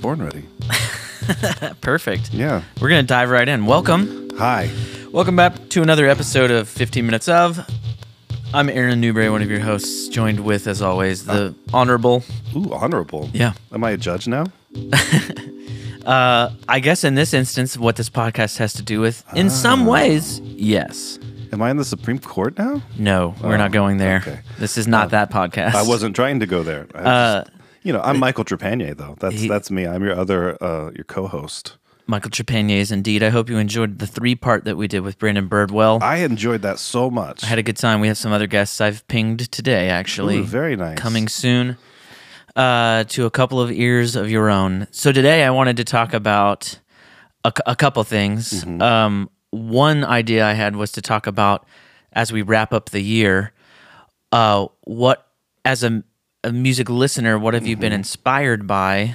born ready. Perfect. Yeah. We're going to dive right in. Welcome. Hi. Welcome back to another episode of 15 Minutes of. I'm Aaron Newberry, one of your hosts, joined with, as always, the honorable. Ooh, honorable. Yeah. Am I a judge now? I guess in this instance, what this podcast has to do with, in some Ah. ways, yes. Am I in the Supreme Court now? No, we're not going there. Oh, okay. Uh, This is not that podcast. I wasn't trying to go there. I Uh, just- you know, I'm Michael Trepanier, though. That's He- that's me. I'm your other uh, your co-host. Michael Trepaniers, indeed. I hope you enjoyed the three part that we did with Brandon Birdwell. I I enjoyed that so much. had a good time. We have some other guests I've pinged today, actually. Ooh, very nice. Coming soon uh, to a couple of ears of your own. So today I wanted to talk about a, cou- a couple things. Um, one idea I had was to talk about as we wrap up the year, uh, what as a, a music listener, what have you been Mm-hmm. inspired by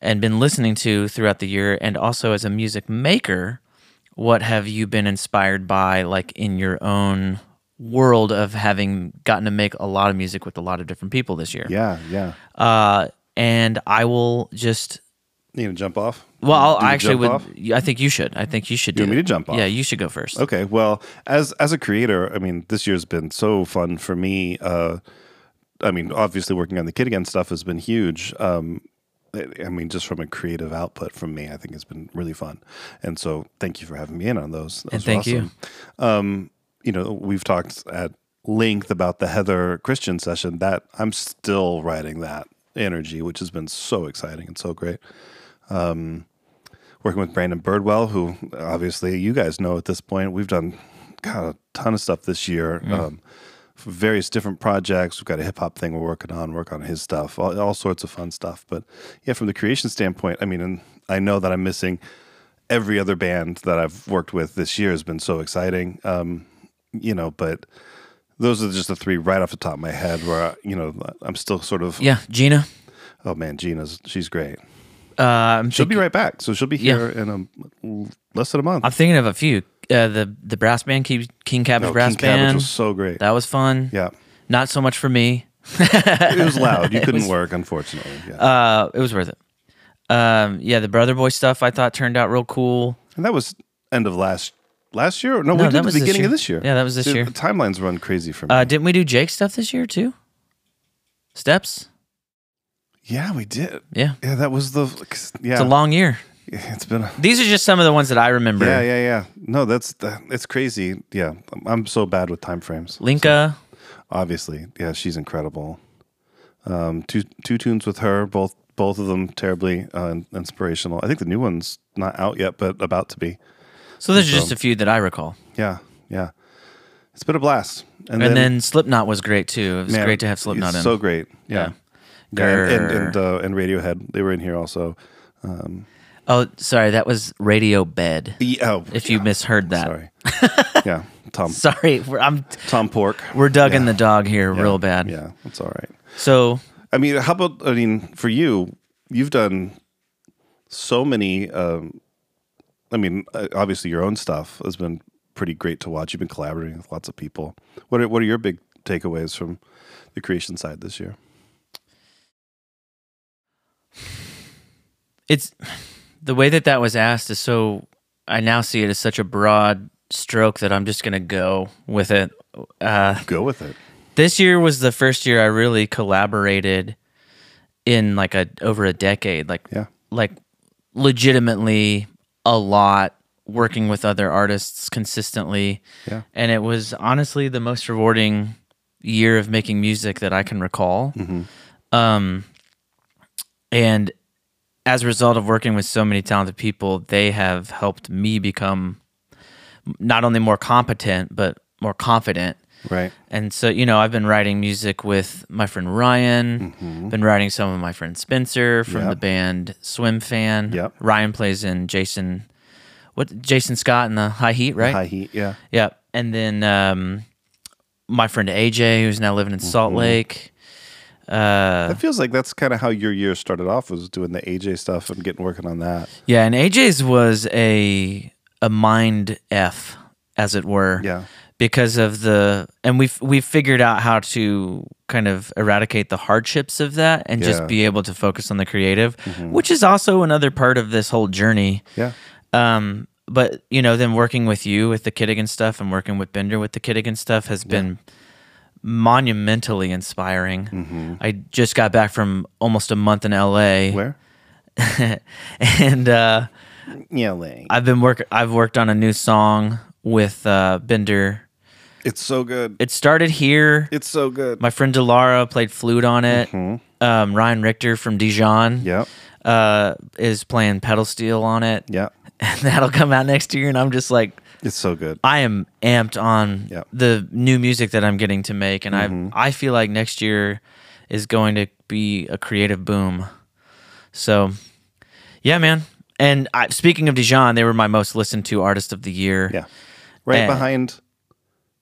and been listening to throughout the year, and also as a music maker, what have you been inspired by, like in your own world of having gotten to make a lot of music with a lot of different people this year? Yeah, yeah. Uh, and I will just You gonna jump off? well, Do I'll, the I actually jump would. off? I think you should. I think you should do. You want me that. to jump off? Yeah, you should go first. Okay. Well, as as a creator, I mean, this year's been so fun for me. Uh, I mean, obviously working on the Kid Again stuff has been huge. Um, I I mean, just from a creative output from me, I think it's been really fun. And so, thank you for having me in on those. Those And were thank you. awesome. Um, you know, we've talked at length about the Heather Christian session. That I'm still riding that energy, which has been so exciting and so great working with Brandon Birdwell, who obviously you guys know at this point. We've done God, a ton of stuff this year, um, for various different projects. We've got a hip hop thing we're working on, work on his stuff, all, all sorts of fun stuff. But yeah, from the creation standpoint, I mean, and I know that I'm missing every other band that I've worked with this year has been so exciting. Um, you know, but those are just the three right off the top of my head where, I, you know, I'm still sort of, Yeah, Gina. oh man, Gina's, she's great. Uh, I'm She'll thinking, be right back. So she'll be here in a, less than a month. I'm thinking of a few. Uh, the the brass band, King, King Cabbage Oh, brass King Cabbage band. was so great. that was fun. yeah, Not so much for me. it was loud. You couldn't work, unfortunately. Yeah. Uh, it was worth it. Um, yeah, the brother boy stuff I thought turned out real cool. and that was end of last last year. No, we that did the was this beginning year. of this year. Yeah, that was this Dude, year. The timelines run crazy for me. Uh, didn't we do Jake stuff this year too? Steps. yeah, we did. Yeah, Yeah, that was the. 'cause- Yeah, it's a long year. it's been. A, These are just some of the ones that I remember. yeah, yeah, yeah. No, that's that, it's crazy. Yeah, I'm- I'm so bad with time frames. Linka. Obviously, yeah, she's incredible. Um, two two tunes with her, both both of them terribly uh, inspirational. I think the new one's not out yet, but about to be. So those are just a few that I recall. Yeah, yeah. It's been a blast. And then, Slipknot was great too. It was man, great to have it's Slipknot in. So great. Yeah. Yeah, and and, and, Grr. uh, and Radiohead, they were in here also. oh, sorry, that was Radio Bed. Yeah, oh, If you misheard that, sorry. yeah, Tom sorry, we're, I'm Tom Pork. we're dug in the dog here real bad. Yeah, that's all right. So I mean, how about I mean, for you, you've done so many. Um, I mean, uh, obviously, your own stuff has been pretty great to watch. You've been collaborating with lots of people. What are, what are your big takeaways from the creation side this year? it's the way that that was asked is so I now see it as such a broad stroke that I'm just gonna go with it. Uh, Go with it. this year was the first year I really collaborated in like a over a decade, like Yeah. like legitimately a lot working with other artists consistently. Yeah. And it was honestly the most rewarding year of making music that I can recall. Um and as a result of working with so many talented people, they have helped me become not only more competent but more confident Right. and so, you know, I've been writing music with my friend Ryan, Mm-hmm. been writing some with my friend Spencer from Yeah. the band Swim Fan. Yep. Ryan plays in Jason, what, Jason Scott in the High Heat, right? High heat. Yeah. Yep. And then um, my friend AJ, who's now living in Salt Mm-hmm. Lake. Uh, It feels like that's kind of how your year started off was doing the AJ stuff and getting working on that. yeah. And AJ's was a, a mind F, as it were. Yeah. because of the and we've we've figured out how to kind of eradicate the hardships of that and just Yeah. Mm-hmm. be able to focus on the creative, which is also another part of this whole journey. Yeah. Um, but you know, then working with you with the Kittigan stuff and working with Bender with the Kittigan stuff has been monumentally inspiring. I just got back from almost a month in LA, Mm-hmm. Where? and uh, Yeah, I've been work. I've worked on a new song with uh, Bender. It's so good. It started here. It's so good. My friend Delara played flute on it. Um, Ryan Richter from Dijon Yep. uh, is playing pedal steel on it. Yeah. And that'll come out next year. And I'm just like, It's so good. I am amped on Yep. the new music that I'm getting to make, and I I feel like next year is going to be a creative boom. So, yeah, man. And I, speaking of Dijon, they were my most listened to artist of the year. Yeah. Right And- behind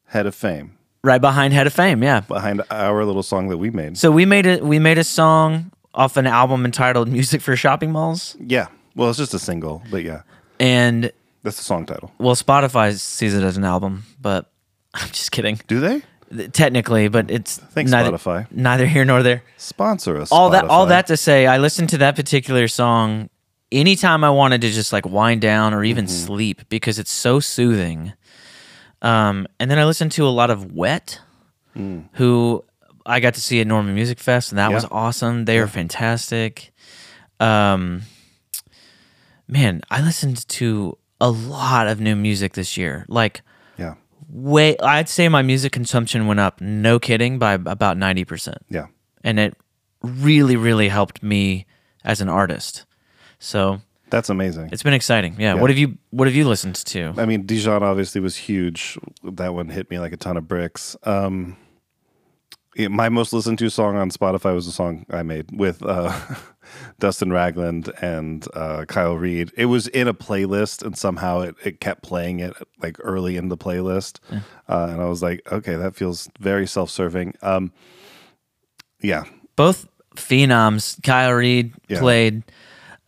Head of Fame, right behind Head of Fame. Yeah. behind our little song that we made. So we made a we made a song off an album entitled "Music for Shopping Malls," Yeah. Well, it's just a single, but yeah. and That's the song title. well, Spotify sees it as an album, but I'm just kidding. Do they? Technically, but it's Thanks, neither, Spotify. Neither here nor there. Sponsor us. all that all Spotify. that to say i listened to that particular song anytime i wanted to just like wind down or even Mm-hmm. sleep because it's so soothing um and then i listened to a lot of wet who i got to see at norman music fest and that was Mm. Yeah. awesome they are fantastic um man i listened to a lot of new music this year like Yeah. way i'd say my music consumption went up no kidding by about 90% Yeah. and it really really helped me as an artist so That's amazing. it's been exciting yeah, what have you what have you listened to I mean, Dijon obviously was huge. That one hit me like a ton of bricks. Um, yeah, my most listened to song on Spotify was a song I made with uh, Dustin Ragland and uh, Kyle Reed. It was in a playlist, and somehow it, it kept playing it like early in the playlist. Uh, and I was like, okay, that feels very self serving. Um, yeah, both phenoms kyle reed Yeah. Mm-hmm. played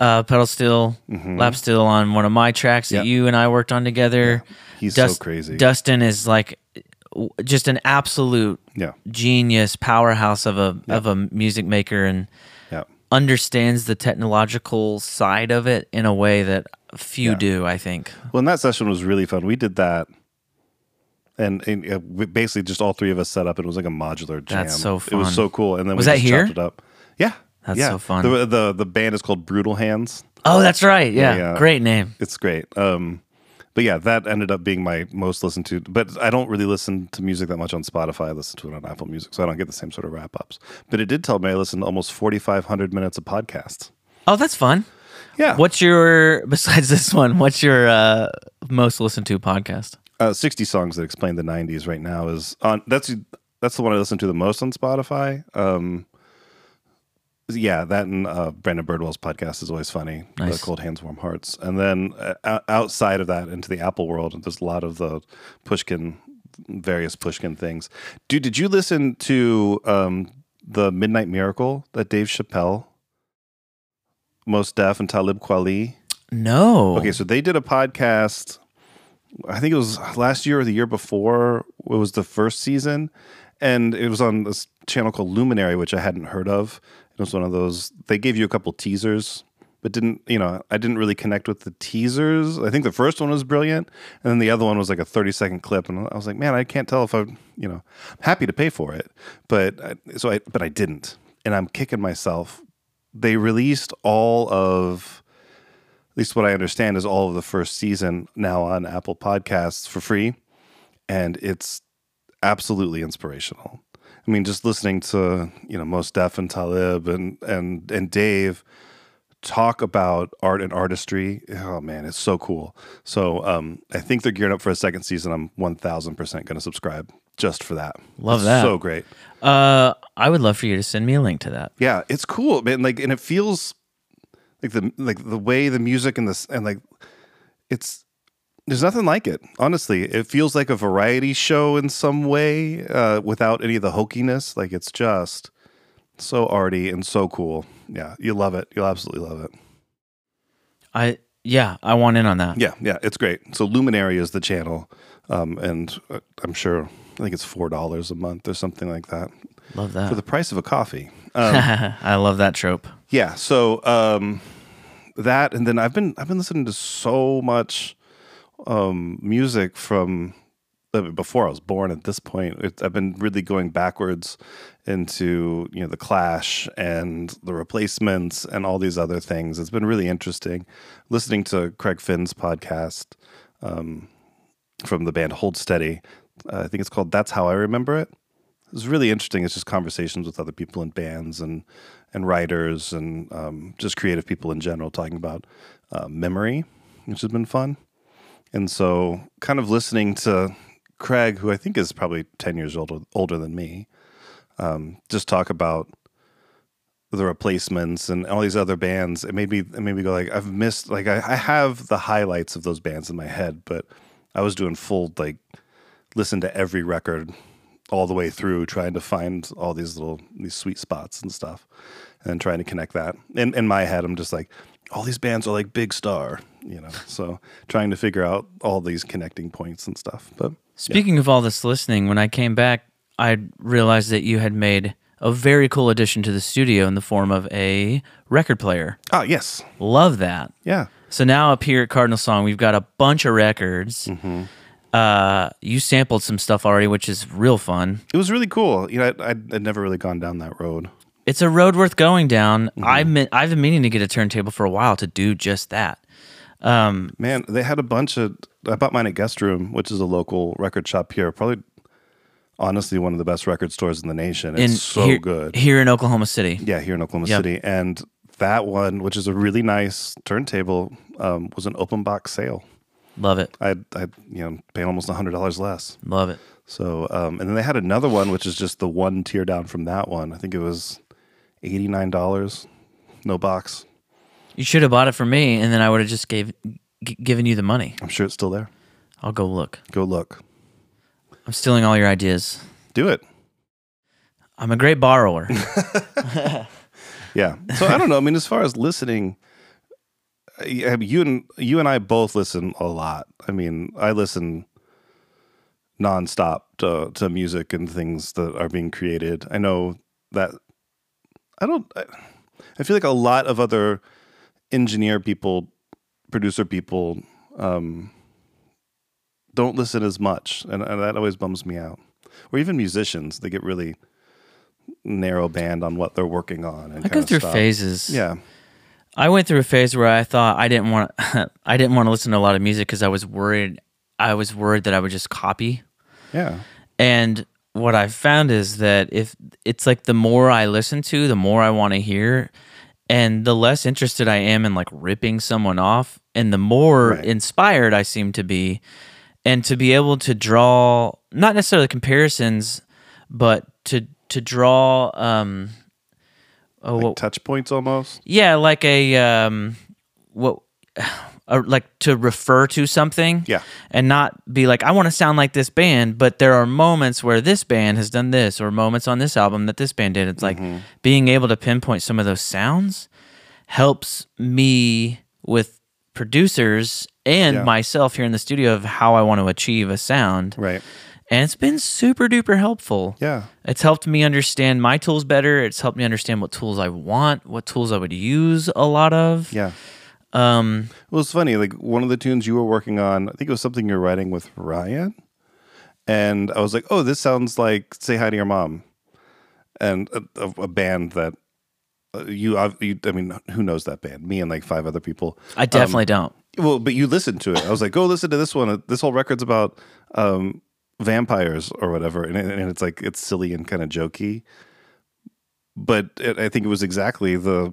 uh, pedal steel lap steel on one of my tracks Yeah. that you and i worked on together he's so crazy. dustin is like w- just an absolute yeah, genius powerhouse of a of a music maker and yeah. understands the technological side of it in a way that few do i think Well, and that session was really fun. We did that, and, and uh, we basically just all three of us set up, and it was like a modular jam. That's so It fun. was so cool. And then Was we that just here? chopped it up. Yeah, That's yeah. so fun. The, the the band is called Brutal Hands. Oh, that's right. Yeah. yeah. Great name. It's great. Um, but yeah, that ended up being my most listened to. But I don't really listen to music that much on Spotify. I listen to it on Apple Music, so I don't get the same sort of wrap ups. But it did tell me I listened to almost forty five hundred minutes of podcasts. Oh, that's fun. Yeah, What's your besides this one? What's your uh, most listened to podcast? uh, 60 songs that explain the 90s right now is on that's that's the one i listen to the most on spotify um yeah that and uh brandon birdwell's podcast is always funny Nice. the cold hands warm hearts and then uh, o- outside of that into the apple world there's a lot of the pushkin various pushkin things dude did you listen to um the midnight miracle that dave chappelle most deaf and talib kweli No. Okay, so they did a podcast. I think it was last year or the year before. It was the first season, and it was on this channel called Luminary, which I hadn't heard of. It was one of those they gave you a couple teasers, but didn't you know? I didn't really connect with the teasers. I think the first one was brilliant, and then the other one was like a thirty second clip, and I was like, man, I can't tell if I, you know, I'm happy to pay for it, but I, so I, but I didn't, and I'm kicking myself. They released all of at least what I understand is all of the first season now on Apple Podcasts for free. And it's absolutely inspirational. I mean, just listening to, you know, Most Def and Talib and and and Dave talk about art and artistry. Oh man, it's so cool. So um I think they're gearing up for a second season. I'm one thousand percent gonna subscribe just for that. Love It's that. So great. Uh, I would love for you to send me a link to that. Yeah, it's cool, man. Like, and it feels like the like the way the music and this and like it's there's nothing like it. Honestly, it feels like a variety show in some way, uh, without any of the hokiness. Like, it's just so arty and so cool. Yeah, you love it. You'll absolutely love it. I yeah, I want in on that. Yeah, yeah, it's great. So Luminary is the channel. um, and uh, I'm sure I think it's four dollars a month or something like that Love for that. the price of a coffee. I love that trope. Yeah. So um, that, and then I've been I've been listening to so much um, music from I mean, before I was born. At this point, it, I've been really going backwards into you know the Clash and the Replacements and all these other things. It's been really interesting listening to Craig Finn's podcast um, from the band Hold Steady. Uh, I think it's called "That's How I Remember It." it's really interesting. It's just conversations with other people in bands and and writers and um, just creative people in general talking about uh, memory, which has been fun. And so, kind of listening to Craig, who I think is probably ten years older older than me, um, just talk about the replacements and all these other bands. It made me it made me go like I've missed like I, I have the highlights of those bands in my head, but I was doing full like listen to every record all the way through, trying to find all these little these sweet spots and stuff, and then trying to connect that. In in my head, I'm just like, all these bands are like big star, you know. So trying to figure out all these connecting points and stuff. But Speaking of all this listening, when I came back, I realized that you had made a very cool addition to the studio in the form of a record player. ah, yes, Love that. yeah, So now up here at Cardinal Song, we've got a bunch of records. Mm-hmm. Uh, you sampled some stuff already, which is real fun. it was really cool. You know, I, I'd, I'd never really gone down that road. It's a road worth going down. Mm-hmm. I mean, I've been meaning to get a turntable for a while to do just that. Man, they had a bunch of. I bought mine at Guest Room, which is a local record shop here. Probably, honestly, one of the best record stores in the nation. It's so here, good. here in Oklahoma City. Yeah, here in Oklahoma Yep. City. And that one, which is a really nice turntable, um, was an open box sale. Love it. I, I you know, paying almost hundred dollars less. Love it. So, um, and then they had another one, which is just the one tier down from that one. I think it was eighty nine dollars, no box. You should have bought it for me, and then I would have just gave g- given you the money. I'm sure it's still there. I'll go look. Go look, I'm stealing all your ideas. do it. I'm a great borrower. Yeah. So I don't know. I mean, as far as listening, I, I mean, you and you and I both listen a lot. I mean, I listen nonstop to to music and things that are being created. I know that I don't. I, I feel like a lot of other engineer people, producer people, um, don't listen as much, and, and that always bums me out. Or even musicians, they get really narrow band on what they're working on. And I go kinda through stop. phases. Yeah, I went through a phase where I thought I didn't want I didn't want to listen to a lot of music because I was worried I was worried that I would just copy. yeah, And what I've found is that if it's like the more I listen to, the more I want to hear, and the less interested I am in like ripping someone off, and the more Right. inspired I seem to be. And to be able to draw not necessarily comparisons, but to to draw um oh, what, like touch points almost. yeah, like a um, what, a, like to refer to something. Yeah. and not be like I want to sound like this band, but there are moments where this band has done this, or moments on this album that this band did. It's like Mm-hmm. being able to pinpoint some of those sounds helps me with producers and Yeah. myself here in the studio of how I want to achieve a sound. Right. And it's been super duper helpful. Yeah. It's helped me understand my tools better. It's helped me understand what tools I want, what tools I would use a lot of. Yeah. Um, well, it's funny. Like one of the tunes you were working on, I think it was something you're writing with Ryan, and I was like, "Oh, this sounds like Say Hi to Your Mom," and a, a, a band that uh, you, I've- you, I mean, who knows that band? Me and like five other people. I definitely don't. Well, but you listened to it. I was like, go listen to this one. This whole record's about um, vampires or whatever, and, it- and it's like it's silly and kind of jokey. But it, I think it was exactly the.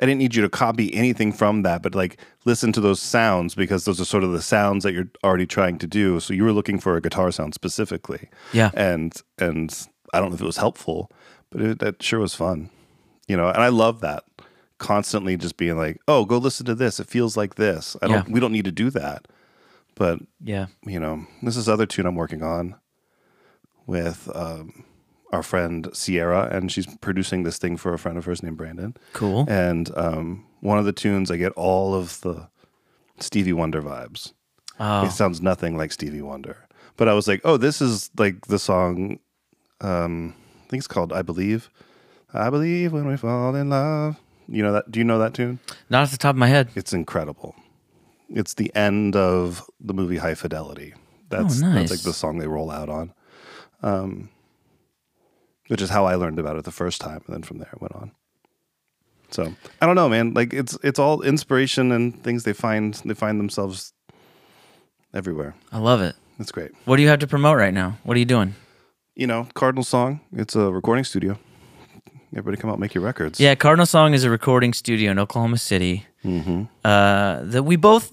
I didn't need you to copy anything from that, but like listen to those sounds because those are sort of the sounds that you're already trying to do. So you were looking for a guitar sound specifically, Yeah. and and I don't know if it was helpful, but it, that sure was fun you know and i love that constantly just being like oh go listen to this it feels like this i don't Yeah. we don't need to do that but Yeah. you know this is other tune i'm working on with um, our friend sierra and she's producing this thing for a friend of hers named brandon Cool. uh, and um, one of the tunes i get all of the stevie wonder vibes It sounds nothing like Stevie Wonder. But I was like, oh, this is like the song. Um, I think it's called "I Believe." I believe when we fall in love. You know that? Do you know that tune? Not off the top of my head. It's incredible. It's the end of the movie High Fidelity. That's Oh, nice. that's like the song they roll out on, um, which is how I learned about it the first time, and then from there it went on. So I don't know, man. Like it's it's all inspiration and things they find they find themselves everywhere. I love it. It's great. What do you have to promote right now? What are you doing? You know, Cardinal Song. It's a recording studio. Everybody come out, make your records. Yeah, Cardinal Song is a recording studio in Oklahoma City. Mm-hmm. Uh, that we both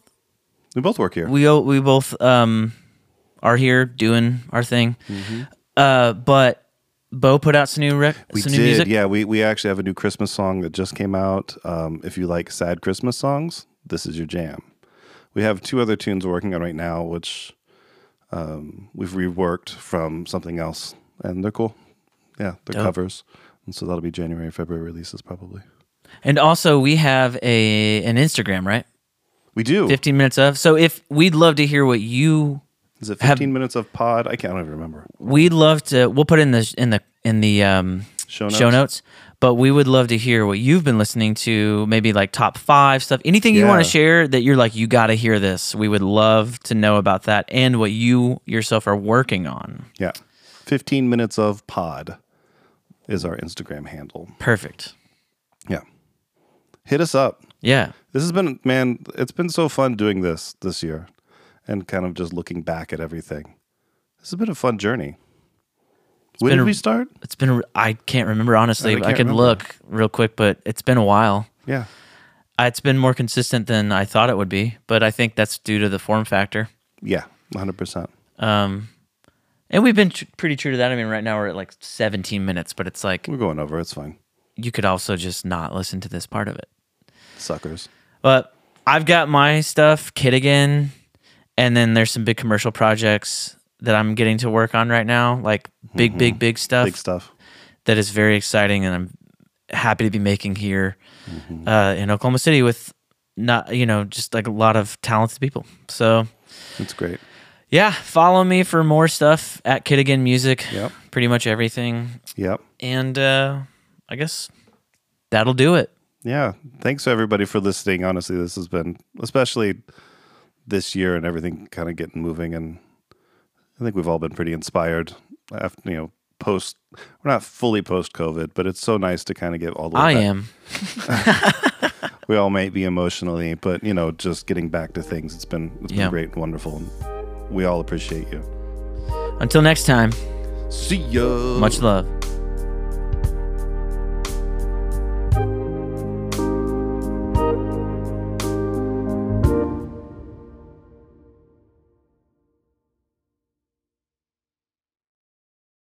we both work here. we o- we both um are here doing our thing. Uh, but Bo put out some new rec- Mm-hmm. We some did, new music. yeah. We we actually have a new Christmas song that just came out. Um, if you like sad Christmas songs, this is your jam. We have two other tunes we're working on right now, which um, we've reworked from something else, and they're cool. Yeah, they're Dope. covers, and so that'll be January, February releases probably. And also we have a an Instagram, right? We do. 15 minutes of. So if we'd love to hear what you is it have- fifteen minutes of pod? I can't even remember. we'd love to we'll put in the in the in the um Show notes? but we would love to hear what you've been listening to maybe like top five stuff anything you want Yeah. to share that you're like you gotta hear this we would love to know about that and what you yourself are working on Yeah, fifteen minutes of pod is our Instagram handle. perfect Yeah, hit us up. yeah This has been, man, it's been so fun doing this this year and kind of just looking back at everything. This has been a fun journey. when been did a- we start? it's been a, i can't remember honestly I i, can't could remember. look real quick but it's been a while Yeah. Uh, it's been more consistent than i thought it would be but i think that's due to the form factor Yeah. 100%. Um, and we've been tr- pretty true to that. I mean, right now we're at like 17 minutes, but it's like We're going over. It's fine. you could also just not listen to this part of it. Suckers. But I've got my stuff, Kid Again, and then there's some big commercial projects that I'm getting to work on right now, like big, big, big stuff Mm-hmm. Big stuff. that is very exciting, and I'm happy to be making here Mm-hmm. uh, in Oklahoma City with not, you know, just like a lot of talented people. So It's great. yeah, follow me for more stuff at Kid Again Music. Yep. Pretty much everything. Yep. And uh, I guess that'll do it. Yeah. Thanks everybody for listening. Honestly, this has been, especially this year and everything kind of getting moving. And I think we've all been pretty inspired after, you know, post, we're not fully post COVID, but it's so nice to kind of get all the way I back am. we all might be emotionally, but you know, just getting back to things. It's been it's been Yeah. great, and wonderful. And we all appreciate you. Until next time, See ya. much love.